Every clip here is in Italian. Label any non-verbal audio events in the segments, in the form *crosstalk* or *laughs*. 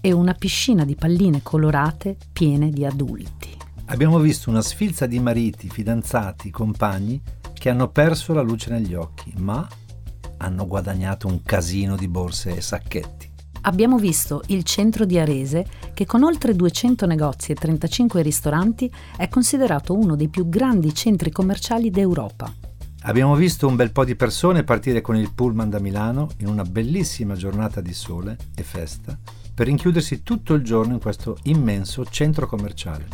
e una piscina di palline colorate piene di adulti. Abbiamo visto una sfilza di mariti, fidanzati, compagni che hanno perso la luce negli occhi, ma hanno guadagnato un casino di borse e sacchetti. Abbiamo visto il centro di Arese che con oltre 200 negozi e 35 ristoranti è considerato uno dei più grandi centri commerciali d'Europa. Abbiamo visto un bel po' di persone partire con il pullman da Milano in una bellissima giornata di sole e festa per rinchiudersi tutto il giorno in questo immenso centro commerciale.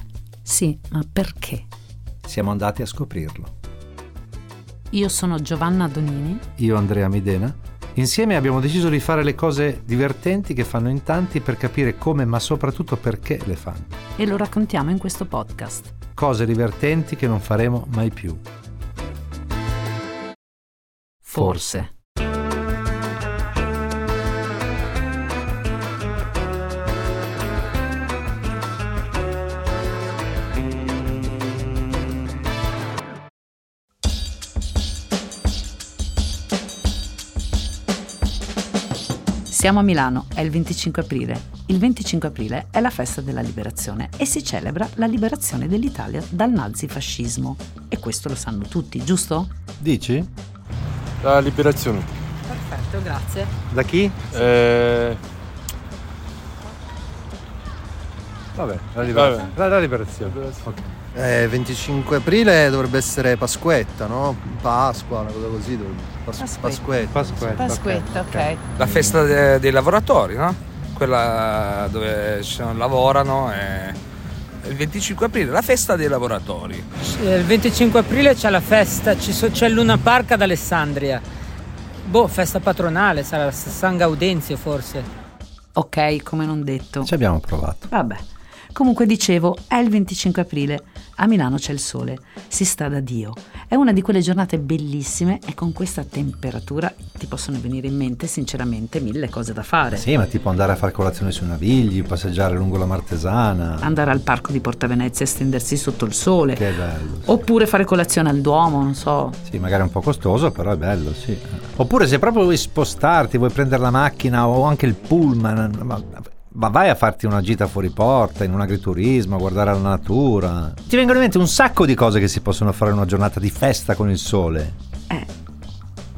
Sì, ma perché? Siamo andati a scoprirlo. Io sono Giovanna Donini. Io Andrea Midena. Insieme abbiamo deciso di fare le cose divertenti che fanno in tanti per capire come ma soprattutto perché le fanno. E lo raccontiamo in questo podcast. Cose divertenti che non faremo mai più. Forse. Siamo a Milano, è il 25 aprile. Il 25 aprile è la festa della liberazione e si celebra la liberazione dell'Italia dal nazifascismo. E questo lo sanno tutti, giusto? Dici? La liberazione. Perfetto, grazie. Da chi? Eh, Vabbè, la liberazione. Vabbè. La, la liberazione. Ok. Eh, 25 aprile dovrebbe essere Pasquetta, no? Pasqua, una cosa così. dovrebbe- Pas- Pasquetta. Pasquetta. Pasquetta. Pasquetta, ok. La festa de- dei lavoratori, no? Quella dove ci sono- lavorano è il 25 aprile, la festa dei lavoratori. Eh, Il 25 aprile c'è la festa, ci so- c'è il Luna Park ad Alessandria. Boh, festa patronale, sarà S- San Gaudenzio forse. Ok, come non detto. Ci abbiamo provato. Vabbè. Comunque dicevo, è il 25 aprile, a Milano c'è il sole, si sta da Dio. È una di quelle giornate bellissime e con questa temperatura ti possono venire in mente sinceramente mille cose da fare. Sì, ma tipo andare a fare colazione sui navigli, passeggiare lungo la Martesana. Andare al parco di Porta Venezia e stendersi sotto il sole. Che bello. sì. Oppure fare colazione al Duomo, non so. Sì, magari è un po' costoso, però è bello, sì. Oppure se proprio vuoi spostarti, vuoi prendere la macchina o anche il pullman, ma, ma vai a farti una gita fuori porta, in un agriturismo, a guardare la natura. Ti vengono in mente un sacco di cose che si possono fare in una giornata di festa con il sole. Eh,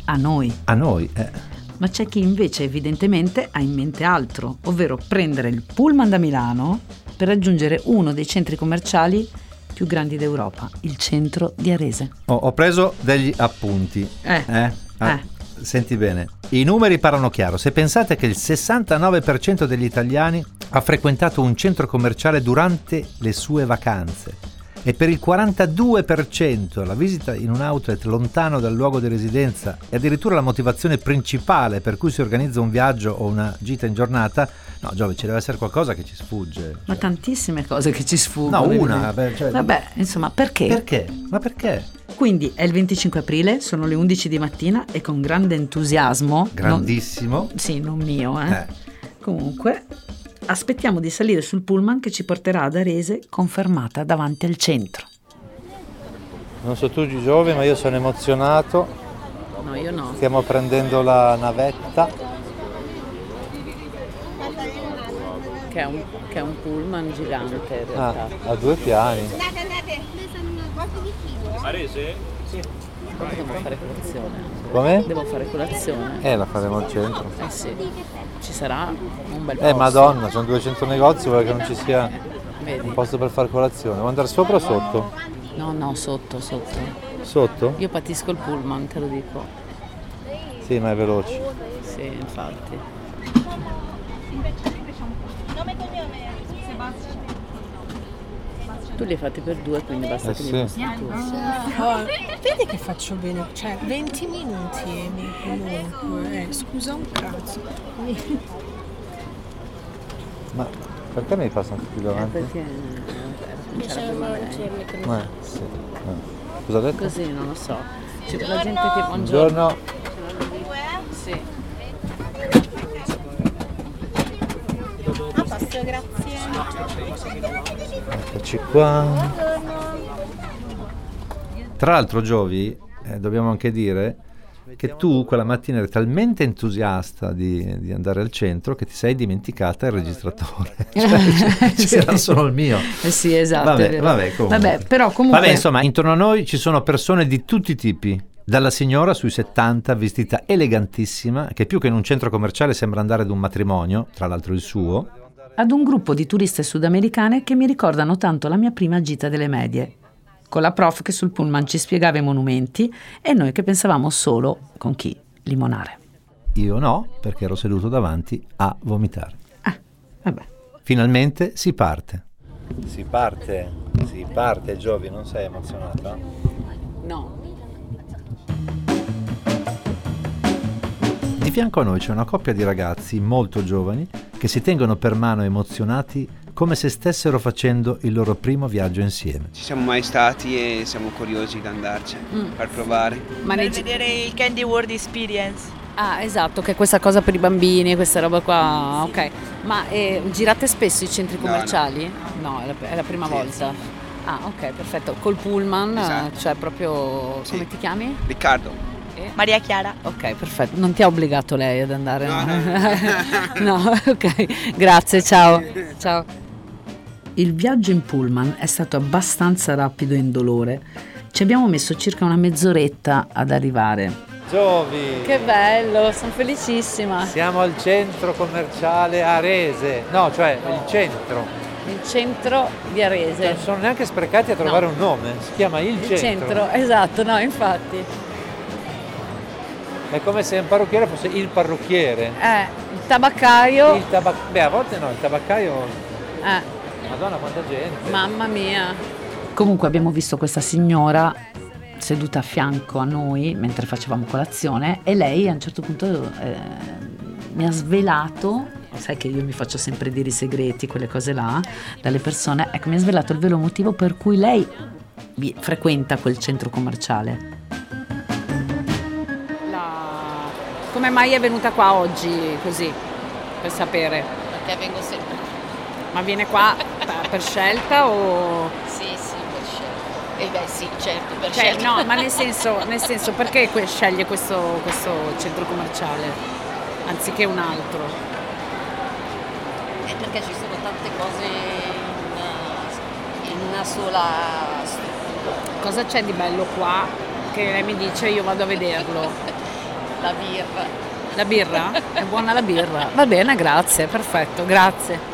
a noi. A noi, eh. Ma c'è chi invece evidentemente ha in mente altro, ovvero prendere il pullman da Milano per raggiungere uno dei centri commerciali più grandi d'Europa, il centro di Arese. Ho, ho preso degli appunti. Eh. Eh? Ah, Senti bene, i numeri parlano chiaro. Se pensate che il 69% degli italiani ha frequentato un centro commerciale durante le sue vacanze e per il 42% la visita in un outlet lontano dal luogo di residenza è addirittura la motivazione principale per cui si organizza un viaggio o una gita in giornata, no Giove, ci deve essere qualcosa che ci sfugge. Cioè, Ma tantissime cose che ci No, sfuggono. una. evidente- beh, cioè- Vabbè, insomma, perché? Perché? Ma perché? Quindi è il 25 aprile, sono le 11 di mattina e con grande entusiasmo... Grandissimo. non- sì, non mio, eh. Eh. Comunque, aspettiamo di salire sul pullman che ci porterà ad Arese, confermata davanti al centro. Non so tu Giove, ma io sono emozionato. No, io no. Stiamo prendendo la navetta. Che è un, che è un pullman gigante in Ah, a due piani. Andate, andate. Noi siamo un poco vicino. eh. Devo fare colazione. Come? Devo fare colazione. Eh, la faremo al centro. Eh sì. Ci sarà un bel Eh, madonna, sono 200 negozi, vuole che non ci sia Vedi? un posto per fare colazione. Vuoi andare sopra o sotto? No, no, sotto, sotto. Sotto? Io patisco il pullman, te lo dico. Sì, ma è veloce. Sì, infatti. Tu li hai fatti per due, quindi basta Eh che li sì. posti tu. Vedi che faccio bene, cioè 20 minuti e mi comunque, eh, scusa un cazzo. Eh, Ma perché mi passano tutti davanti? Perché Che sono insieme con Eh, sì. Eh. Cosa ha detto? Così non lo so. C'è la gente che buongiorno. Buongiorno. Sì. Ah, posso, grazie. Eccoci qua. Tra l'altro, Giovi, eh, dobbiamo anche dire che tu quella mattina eri talmente entusiasta di, di andare al centro che ti sei dimenticata il registratore. *laughs* *laughs* Cioè, c- c'era solo il mio. Eh sì, esatto. è Vabbè, vero. vabbè, comunque. Vabbè, però comunque... Vabbè, insomma, intorno a noi ci sono persone di tutti i tipi. Dalla signora sui 70, vestita elegantissima, che più che in un centro commerciale sembra andare ad un matrimonio, tra l'altro il suo, ad un gruppo di turiste sudamericane che mi ricordano tanto la mia prima gita delle medie, con la prof che sul pullman ci spiegava i monumenti e noi che pensavamo solo con chi limonare. io no, perché ero seduto davanti a vomitare. Vabbè. Finalmente si parte. Si parte, si parte, Giovi, non sei emozionata? No. Di fianco a noi c'è una coppia di ragazzi molto giovani che si tengono per mano emozionati come se stessero facendo il loro primo viaggio insieme. Ci siamo mai stati e siamo curiosi di andarci Mm. per provare. Ma per vedere il Candy World Experience. Ah, esatto, che è questa cosa per i bambini, questa roba qua, ok. Ma eh, girate spesso i centri No, commerciali? No, è, la, è la prima Sì, Esatto. volta. Ah, ok, perfetto. Col pullman, eh, cioè proprio... Come ti chiami? Riccardo. Maria Chiara. Ok, perfetto. Non ti ha obbligato lei ad andare? No, *laughs* no. ok. Grazie, ciao. Ciao. Il viaggio in pullman è stato abbastanza rapido e indolore. Ci abbiamo messo circa una mezz'oretta ad arrivare. Giovi! Che bello, sono felicissima. Siamo al centro commerciale Arese, no, cioè il centro. Il centro di Arese. Non sono neanche sprecati a trovare un nome, si chiama il, Il centro, esatto, no, infatti. È come se un parrucchiere fosse il parrucchiere. Eh, il tabaccaio. Il tabac- Beh, a volte no, il tabaccaio. Eh, Madonna quanta gente. mamma mia. Comunque abbiamo visto questa signora seduta a fianco a noi mentre facevamo colazione e lei a un certo punto eh, mi ha svelato, sai che io mi faccio sempre dire i segreti, quelle cose là, dalle persone, ecco mi ha svelato il vero motivo per cui lei vi- frequenta quel centro commerciale. La- Come mai è venuta qua oggi così? Per sapere. Perché vengo sempre. Ma viene qua per- per scelta o... Sì, sì, per scelta. E beh sì, certo, per Cioè, scelta. no, ma nel senso, nel senso perché que- sceglie questo, questo centro commerciale anziché un altro? *laughs* È perché ci sono tante cose in una, in una sola struttura. Cosa c'è di bello qua che lei mi dice io vado a vederlo? La birra. La birra? È buona la birra? Va bene, grazie, perfetto, grazie.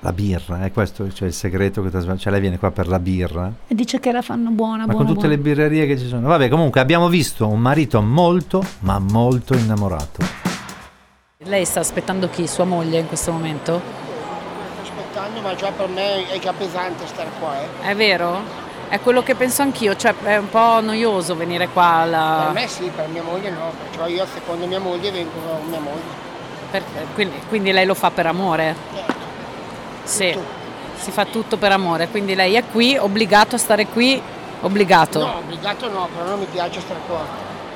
La birra, è questo cioè, il segreto che ti ha svelato. Cioè, lei viene qua per la birra. E dice che la fanno buona, Ma buona, con tutte buona. le birrerie che ci sono. Vabbè, comunque abbiamo visto un marito molto, ma molto innamorato. Lei sta aspettando chi? Sua moglie in questo momento? aspettando, ma già per me è già pesante stare qua, eh. È vero? È quello che penso anch'io, cioè è un po' noioso venire qua alla... Per me sì, per mia moglie no, perciò io secondo mia moglie vengo con mia moglie. Perché- quindi, quindi lei lo fa per amore? Certo. Sì, si fa tutto per amore, quindi lei è qui, obbligato a stare qui, obbligato. No, obbligato no, però non mi piace stare qua.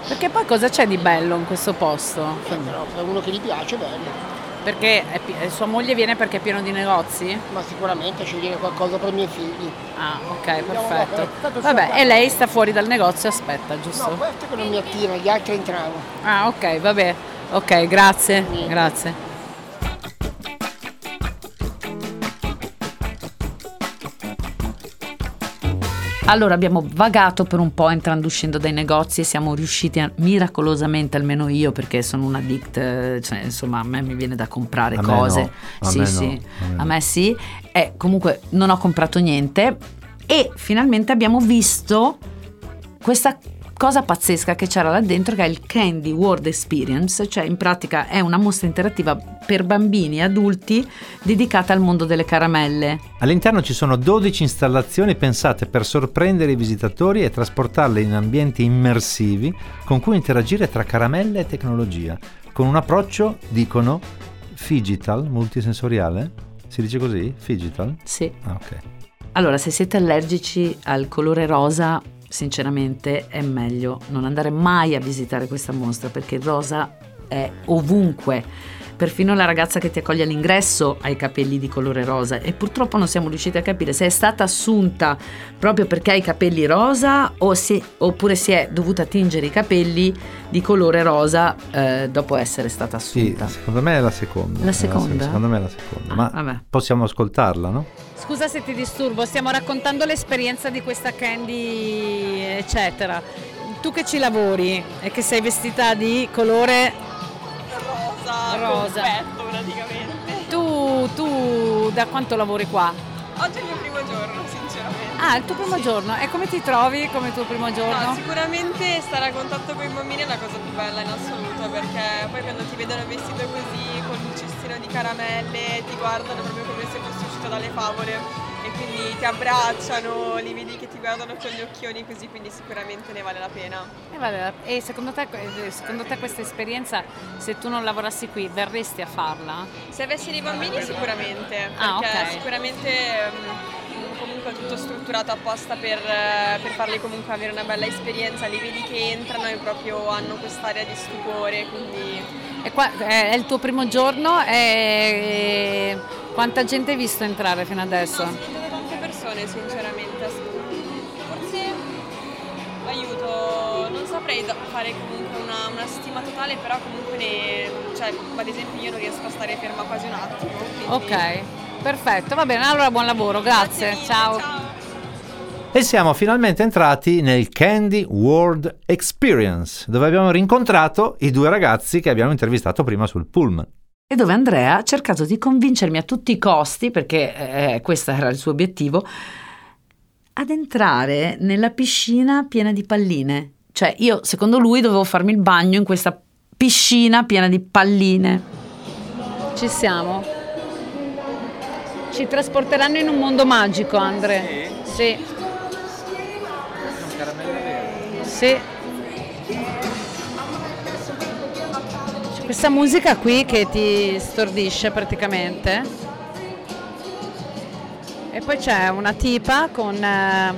Perché poi cosa c'è di bello in questo posto? Eh, Però per uno che gli piace è bello. Perché è pi- eh, sua moglie viene perché è pieno di negozi? Ma sicuramente scegliere qualcosa per i miei figli. Ah, ok, vabbè, perfetto. tanto Vabbè, sono- e lei sta fuori dal negozio e aspetta, No, giusto? questo che non mi attira, gli altri entravo. Ah, ok, vabbè. Ok, grazie, grazie. Allora abbiamo vagato per un po' entrando e uscendo dai negozi e siamo riusciti a- miracolosamente, almeno io perché sono un addict, eh, cioè, insomma a me mi viene da comprare A me cose. no, a sì, me no, sì, a me a me sì. E comunque non ho comprato niente e finalmente abbiamo visto questa cosa pazzesca che c'era là dentro che è il Candy World Experience, cioè in pratica è una mostra interattiva per bambini e adulti dedicata al mondo delle caramelle. All'interno ci sono 12 installazioni pensate per sorprendere i visitatori e trasportarli in ambienti immersivi con cui interagire tra caramelle e tecnologia, con un approccio, dicono, digital, multisensoriale. Si dice così? Digital? Sì. Ah, ok. Allora, se siete allergici al colore rosa, sinceramente è meglio non andare mai a visitare questa mostra perché il rosa è ovunque. Perfino la ragazza che ti accoglie all'ingresso ha i capelli di colore rosa e purtroppo non siamo riusciti a capire se è stata assunta proprio perché ha i capelli rosa o se- oppure si è dovuta tingere i capelli di colore rosa eh, dopo essere stata Sì, assunta. secondo me è la seconda. La È se- seconda? Secondo me è la seconda. Ah. Ma vabbè. possiamo ascoltarla, no? Scusa se ti disturbo, stiamo raccontando l'esperienza di questa Candy, eccetera. Tu che ci lavori e che sei vestita di colore rosa, Perfetto, Ah, praticamente. Tu, tu da quanto lavori qua? Oggi è il mio primo giorno, sinceramente. Ah, il tuo primo giorno. E come ti trovi come tuo primo giorno? No, sicuramente stare a contatto con i bambini è la cosa più bella in assoluto perché poi quando ti vedono vestito così con il cestino di caramelle ti guardano proprio come se fossi uscito dalle favole e quindi ti abbracciano, li vedi che ti guardano con gli occhioni così quindi sicuramente ne vale la pena. E, Eh, vabbè, e secondo, te, eh, secondo te questa esperienza, se tu non lavorassi qui, verresti a farla? Se avessi dei bambini sicuramente, perché Ah, ok. sicuramente ehm, comunque è tutto strutturato apposta per, eh, per farli comunque avere una bella esperienza, li vedi che entrano e proprio hanno quest'area di stupore, quindi E qua- eh, è è il tuo primo giorno e eh, quanta gente hai visto entrare fino adesso? sono da tante persone sinceramente, forse aiuto, non saprei da- fare comunque una, una stima totale, però comunque ne, cioè, ad esempio io non riesco a stare ferma quasi un attimo. quindi- Ok, perfetto, va bene, allora buon lavoro, grazie, ciao. E siamo finalmente entrati nel Candy World Experience, dove abbiamo rincontrato i due ragazzi che abbiamo intervistato prima sul pullman. e dove Andrea ha cercato di convincermi a tutti i costi, perché eh, questo era il suo obiettivo, ad entrare nella piscina piena di palline. Cioè io, secondo lui, dovevo farmi il bagno in questa piscina piena di palline. Ci siamo. Ci trasporteranno in un mondo magico, Andre. Sì. Sì. C'è questa musica qui che ti stordisce praticamente. E poi c'è una tipa con eh,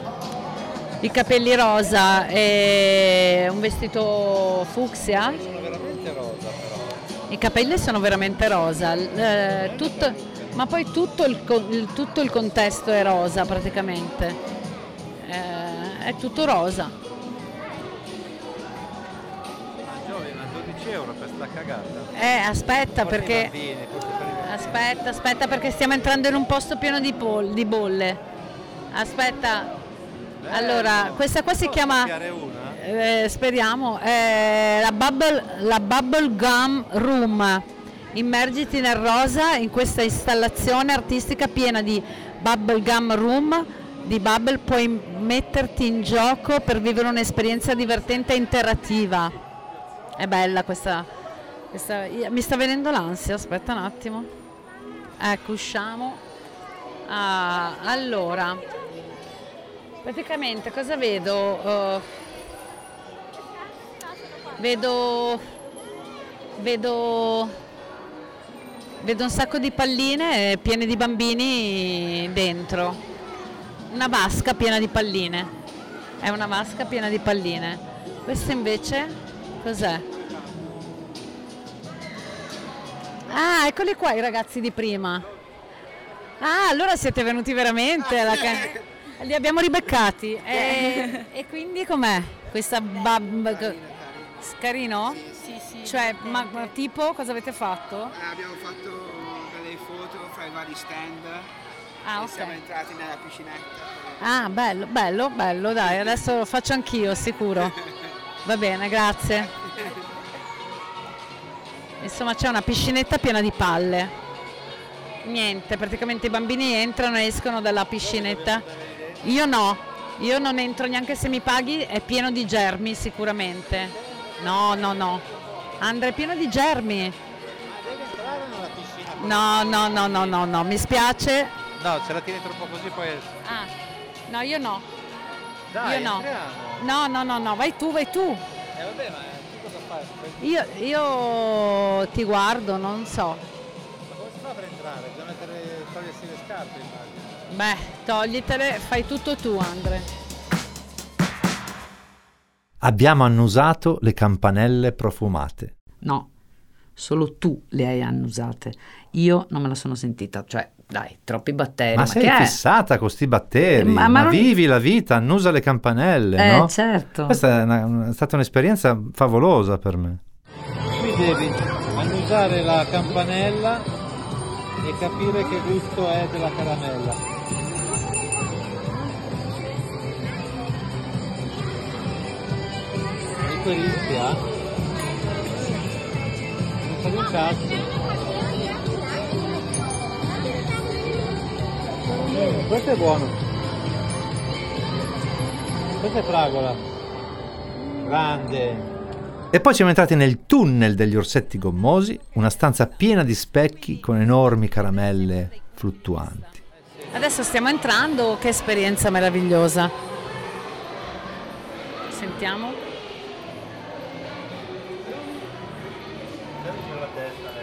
i capelli rosa e un vestito fucsia. I capelli sono veramente rosa, l- eh, tutto- ma poi tutto il, co- il- tutto il contesto è rosa praticamente, Eh, è tutto rosa. Giovina, 12 euro per sta cagata. Eh, aspetta perché, aspetta, aspetta perché stiamo entrando in un posto pieno di, pol- di bolle. Aspetta, allora questa qua si chiama, eh, speriamo, eh, la, bubble, la Bubble Gum Room. Immergiti nel rosa in questa installazione artistica piena di Bubble Gum Room. Di Bubble puoi metterti in gioco per vivere un'esperienza divertente e interattiva. È bella questa, questa- io- Mi sta venendo l'ansia, aspetta un attimo. Ecco, usciamo. Ah, allora, praticamente cosa vedo? Eh, vedo. Vedo. Vedo un sacco di palline eh, piene di bambini dentro. Una vasca piena di palline. È una vasca piena di palline. Questa invece cos'è? Ah, eccoli qua i ragazzi di prima. Ah, allora siete venuti veramente. alla ca- *laughs* Li abbiamo ribeccati. E, e quindi com'è questa bab... Carino? Sì, sì. Cioè, ma, ma tipo cosa avete fatto? Eh, abbiamo fatto delle foto fra i vari stand ah, e siamo entrati nella piscinetta. Ah, bello, bello, bello, dai, adesso lo faccio anch'io, sicuro. Va bene, grazie. Insomma, c'è una piscinetta piena di palle. Niente, praticamente i bambini entrano e escono dalla piscinetta. Io no, io non entro neanche se mi paghi, è pieno di germi sicuramente. No, no, no. Andrea è pieno di germi. No, no, no, no, no, no, mi spiace. No, ce la tieni troppo così poi... Ah, no, io no. Dai, io no. entriamo. No, no, no, no, vai tu, vai tu. Eh vabbè, ma tu cosa fai? Io, io ti guardo, non so. Ma come si fa per entrare? Bisogna mettere togliere togliersi le scarpe, immagino. Beh, toglitele, fai tutto tu, Andre. Abbiamo annusato le campanelle profumate. No, solo tu le hai annusate. Io non me la sono sentita, cioè, dai, troppi batteri. Ma, Ma, sei che è? fissata con sti batteri, Eh, ma- ma, ma non- vivi la vita, annusa le campanelle, Eh, no? certo. Questa è, una- è stata un'esperienza favolosa per me. Qui devi annusare la campanella e capire che gusto è della caramella. E poi rischia. Non fa un cazzo. Eh, Questo è buono. Questo è fragola. Grande. E poi siamo entrati nel tunnel degli orsetti gommosi, una stanza piena di specchi con enormi caramelle fluttuanti. Adesso stiamo entrando, che esperienza meravigliosa. Sentiamo.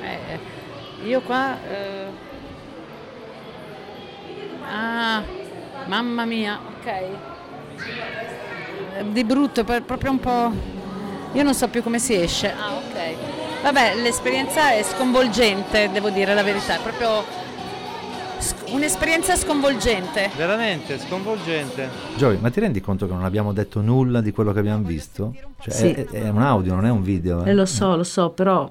Eh, io qua... eh, Ah, mamma mia, ok. Eh, Di brutto, per- proprio un po'... Io non so più come si esce. Ah, ok. Vabbè, l'esperienza è sconvolgente, devo dire la verità. È proprio sc- un'esperienza sconvolgente. Veramente sconvolgente. Joey, ma ti rendi conto che non abbiamo detto nulla di quello che abbiamo visto? Cioè, Sì. è, è un audio, non è un video. eh. Eh, lo so, lo so, però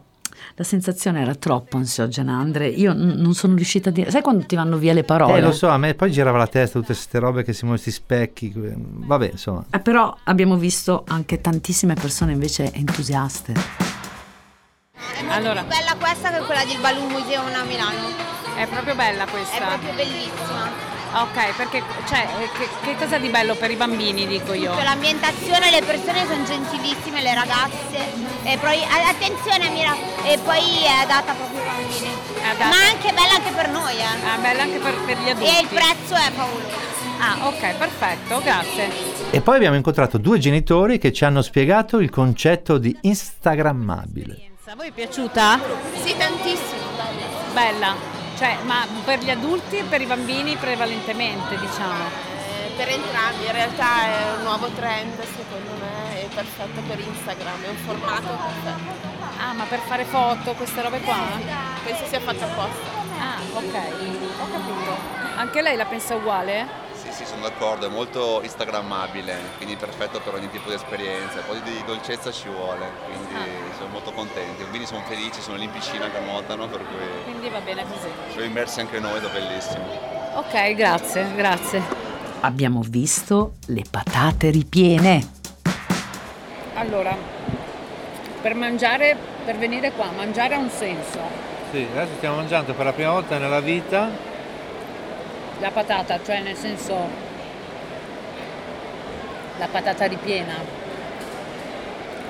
la sensazione era troppo ansiogena, Andre. Io n- non sono riuscita a dire. Sai quando ti vanno via le parole? Eh, lo so, a me poi girava la testa tutte queste robe che si muovono, questi specchi. que- Vabbè, insomma. Eh, però abbiamo visto anche tantissime persone invece entusiaste. Allora. più bella questa che quella del Balloon Museum a Milano. È proprio bella questa. È proprio bellissima. Ok, perché cioè, eh, che, che cosa di bello per i bambini, dico io? Tutto, L'ambientazione, le persone sono gentilissime, le ragazze. E poi a- attenzione mira, e poi è adatta proprio ai bambini. Ma è anche bella anche per noi, eh. bella Ah, anche per, gli E adulti. il prezzo è favoloso. Ah, ok, perfetto, grazie. E poi abbiamo incontrato due genitori che ci hanno spiegato il concetto di Instagrammabile. A voi è piaciuta? Sì, tantissimo. Bella. Cioè, ma per gli adulti e per i bambini prevalentemente, diciamo. eh, Per entrambi, in realtà è un nuovo trend secondo me, è perfetto per Instagram, è un formato perfetto. Ah, ma per fare foto, queste robe qua? Penso sia fatto apposta. Ah, ok, ho capito. Anche lei la pensa uguale? Sì, sì, sono d'accordo, è molto instagrammabile, quindi perfetto per ogni tipo di esperienza. Poi di dolcezza ci vuole, quindi Ah. sono molto contenti. I bambini sono felici, sono lì in piscina che nuotano, per cui Quindi va bene così. sono immersi anche noi, è bellissimo. Ok, grazie, grazie. Abbiamo visto le patate ripiene. Allora, per mangiare, per venire qua, mangiare ha un senso. Sì, adesso stiamo mangiando per la prima volta nella vita. La patata, cioè nel senso la patata ripiena.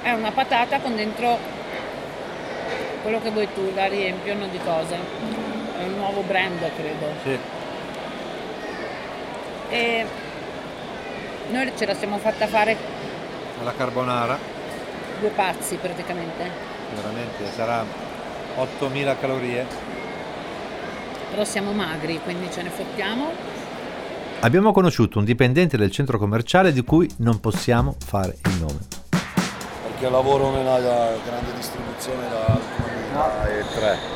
È una patata con dentro quello che vuoi tu, la riempiono di cose. È un nuovo brand, credo. Sì. E noi ce la siamo fatta fare Alla carbonara, due pazzi praticamente. veramente, sarà 8000 calorie. Però siamo magri, quindi ce ne fottiamo. Abbiamo conosciuto un dipendente del centro commerciale di cui non possiamo fare il nome. Perché lavoro nella grande distribuzione da 2003.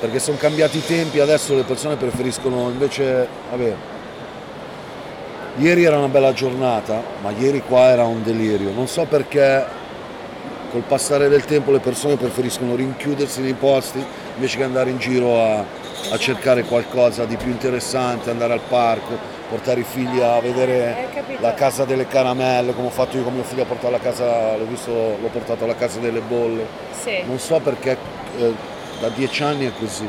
Perché sono cambiati i tempi, adesso le persone preferiscono invece... Vabbè, ieri era una bella giornata, ma ieri qua era un delirio. Non so perché col passare del tempo le persone preferiscono rinchiudersi nei posti invece che andare in giro a, a cercare qualcosa di più interessante, andare al parco, portare i figli a vedere Eh, Hai capito? la casa delle caramelle, come ho fatto io con mio figlio a portare la casa, l'ho, visto, l'ho portato alla casa delle bolle. Sì. Non so perché eh, da dieci anni è così,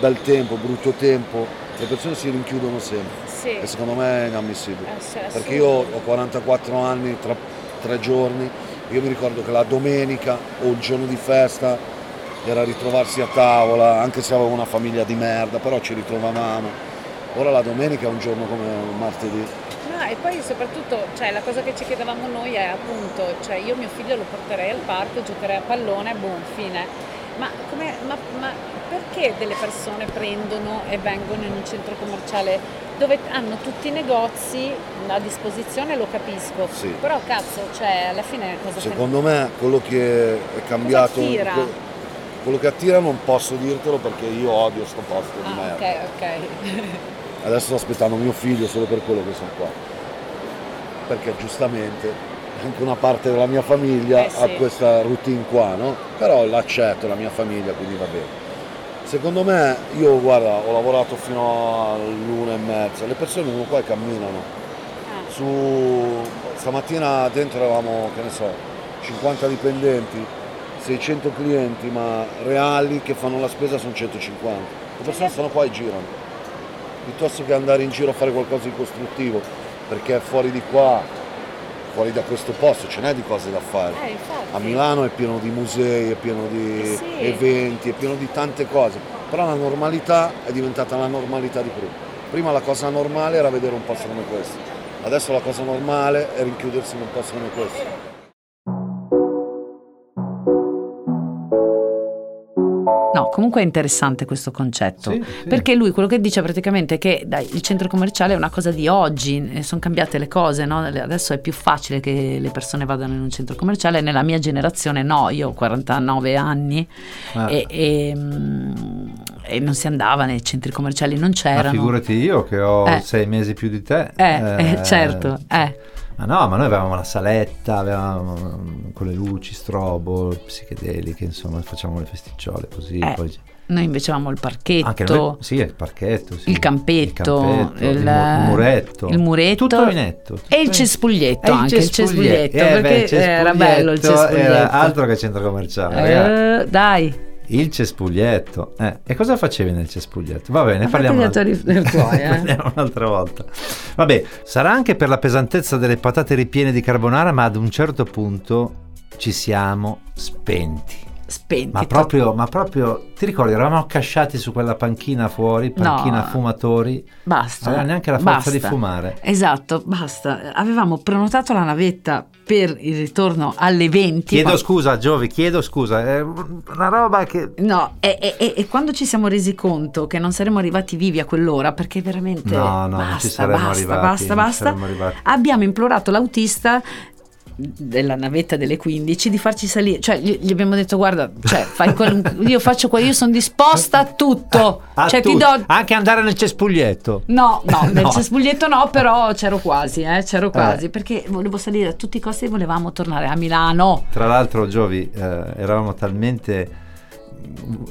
bel tempo, brutto tempo, le persone si rinchiudono sempre Sì. e secondo me è inammissibile. Eh, sì, Perché io ho 44 anni, tra tre giorni, io mi ricordo che la domenica o il giorno di festa era ritrovarsi a tavola, anche se avevo una famiglia di merda, però ci ritrovavamo. Ora la domenica è un giorno come un martedì. No, e poi soprattutto, cioè, la cosa che ci chiedevamo noi è appunto, cioè, io boh, mio figlio lo porterei al parco, giocherei a pallone, buon fine. Ma come, ma, ma perché delle persone prendono e vengono in un centro commerciale dove hanno tutti i negozi a disposizione, lo capisco, Sì. però cazzo, cioè alla fine cosa Secondo me quello che è cambiato, attira? que- quello che attira non posso dirtelo perché io odio sto posto di Ah, merda. ok, ok. Adesso sto aspettando mio figlio solo per quello che sono qua. Perché giustamente anche una parte della mia famiglia Eh, sì. ha questa routine qua, no? Però l'accetto, la mia famiglia, quindi va bene. Secondo me, io guarda, ho lavorato fino all'una e mezza, le persone vengono qua e camminano. Su, stamattina dentro eravamo, che ne so, 50 dipendenti, 600 clienti, ma reali che fanno la spesa sono 150. Le persone stanno qua e girano piuttosto che andare in giro a fare qualcosa di costruttivo, perché fuori di qua, fuori da questo posto, ce n'è di cose da fare. Eh, infatti. A Milano è pieno di musei, è pieno di Eh sì. eventi, è pieno di tante cose, però la normalità è diventata la normalità di prima. Prima la cosa normale era vedere un posto come questo, adesso la cosa normale è rinchiudersi in un posto come questo. No, comunque è interessante questo concetto, Sì, sì. perché lui quello che dice praticamente è che dai, il centro commerciale è una cosa di oggi, eh, sono cambiate le cose, no? Le- adesso è più facile che le persone vadano in un centro commerciale, nella mia generazione no, io ho 49 anni Ah. e, e, mm, e non si andava nei centri commerciali, non Ma c'erano. figurati io che ho Eh. sei mesi più di te. Eh, eh, certo, eh. Ma no, ma noi avevamo la saletta, avevamo mm, con le luci, strobo, psichedeliche, insomma, facciamo le festicciole così. Eh, poi- Noi invece avevamo il parchetto. Anche noi, sì, il parchetto, sì. il campetto, il, campetto, il mu- muretto, il muretto. tutto il netto, tutto e il cespuglietto E anche, il cespuglietto, Eh, beh, perché era cespuglietto bello il cespuglietto. Era altro che centro commerciale. ragazzi. Eh, dai, Il cespuglietto. Eh, e cosa facevi nel cespuglietto? Va bene, Ma parliamo, fatti gli un'al- Ah, attori del *laughs* cuore, eh. parliamo un'altra volta. Vabbè, sarà anche per la pesantezza delle patate ripiene di carbonara, ma ad un certo punto ci siamo spenti. spenti. Ma proprio, ma proprio, ti ricordi, eravamo accasciati su quella panchina fuori, panchina No. fumatori. Basta. Non aveva Eh, neanche la forza Basta. di fumare. Esatto, basta. Avevamo prenotato la navetta per il ritorno alle 20. Chiedo ma- scusa, Giovi, chiedo scusa. È una roba che... No, e, e- e- e quando ci siamo resi conto che non saremmo arrivati vivi a quell'ora, perché veramente No, no, non ci basta, saremmo basta, arrivati. basta, non ci basta, saremmo arrivati. abbiamo implorato l'autista della navetta delle 15 di farci salire cioè gli, gli abbiamo detto guarda cioè, fai *laughs* qualun- io faccio qua io sono disposta a tutto A cioè ti tutti. do Anche andare nel cespuglietto. No, *laughs* no, nel No. cespuglietto no, però c'ero quasi, eh, c'ero quasi, Eh. perché volevo salire a tutti i costi e volevamo tornare a Milano. Tra l'altro, Giovi, eh, eravamo talmente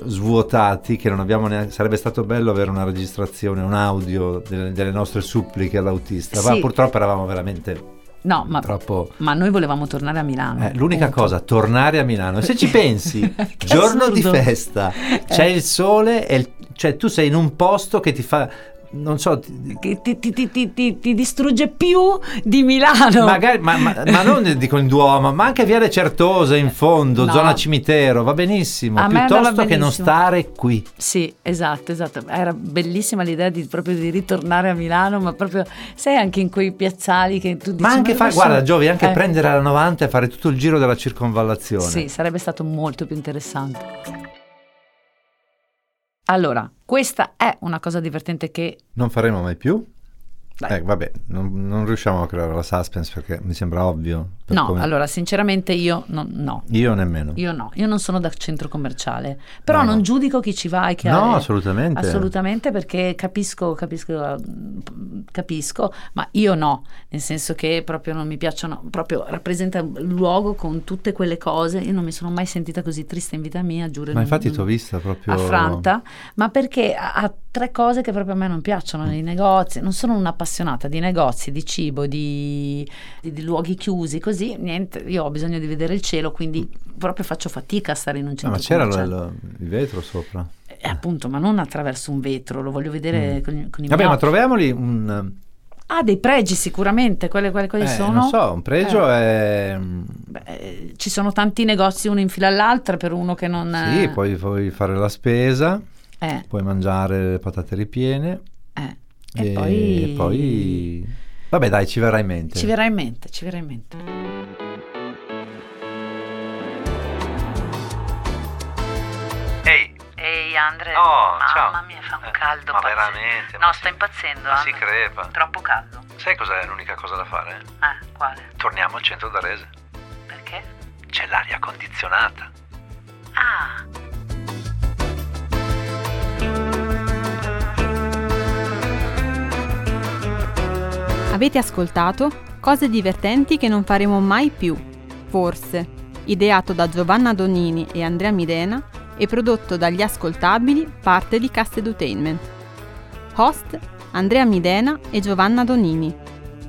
svuotati che non abbiamo neanche sarebbe stato bello avere una registrazione un audio delle, delle nostre suppliche all'autista ma Sì. purtroppo eravamo veramente No, ma, troppo ma noi volevamo tornare a Milano. Eh, l'unica cosa tornare a Milano E se ci *laughs* pensi giorno assurdo. Eh. di festa c'è il sole e il- cioè tu sei in un posto che ti fa non so ti- Che ti, ti- ti- ti- ti- ti distrugge più di Milano. Magari, ma, ma- ma non dico il Duomo, ma anche Viale Certosa in fondo, No. zona cimitero, va benissimo, A me andava piuttosto che non benissimo. stare qui. Sì, esatto, esatto. Era bellissima l'idea di, proprio di ritornare a Milano, ma proprio, sai, anche in quei piazzali che tu dici... Ma anche dove fare, sono?" guarda Giovi, anche Eh, prendere la 90 e fare tutto il giro della circonvallazione. Sì, sarebbe stato molto più interessante. Allora, questa è una cosa divertente che Non faremo mai più? Dai. Eh, vabbè, non, non riusciamo a creare la suspense perché mi sembra ovvio. per No, come- allora sinceramente io non- no. Io nemmeno. Io no, io non sono da centro commerciale, però No, no. non giudico chi ci va e chi No, ha- assolutamente. Assolutamente perché capisco, capisco, mm, capisco, ma io no, nel senso che proprio non mi piacciono, proprio rappresenta il luogo con tutte quelle cose, io non mi sono mai sentita così triste in vita mia, giuro. Ma non- infatti non- ti ho vista proprio... affranta, ma perché ha, ha tre cose che proprio a me non piacciono, i negozi, non sono un'appassionata di negozi, di cibo, di, di- di luoghi chiusi, così niente, io ho bisogno di vedere il cielo, quindi proprio faccio fatica a stare in un No, centro Ah, ma c'era il, commerciale. il vetro sopra. Eh, appunto, ma non attraverso un vetro, lo voglio vedere con, con i Mm. Vabbè, miei ma occhi. troviamoli un... Ha dei pregi sicuramente, quelle, quelle, quelle eh, sono... Non so, un pregio mm, Eh, è... beh, ci sono tanti negozi uno in fila all'altra per uno che non... Sì, poi puoi fare la spesa, Eh. puoi mangiare le patate ripiene Eh, e poi- poi- Vabbè dai, ci verrà in mente. Ci verrà in mente, ci verrà in mente. Ehi, Ehi Alessandre. Oh, Mamma ciao. mia, fa un caldo ma pazzesco. veramente, No, ma sto impazzendo. Ma ah. si crepa. Troppo caldo. Sai cos'è l'unica cosa da fare? Eh, quale? Torniamo al centro d'Arese. Perché? C'è l'aria condizionata. Ah. Avete ascoltato Cose divertenti che non faremo mai più, forse, ideato da Giovanna Donini e Andrea Mirena e prodotto dagli ascoltabili parte di Cast Edutainment. Host Andrea Mirena e Giovanna Donini.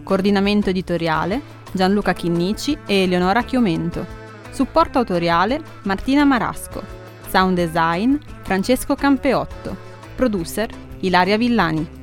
Coordinamento editoriale Gianluca Chinnici e Eleonora Chiomento. Supporto autoriale Martina Marasco. Sound design Francesco Campeotto. Producer Ilaria Villani.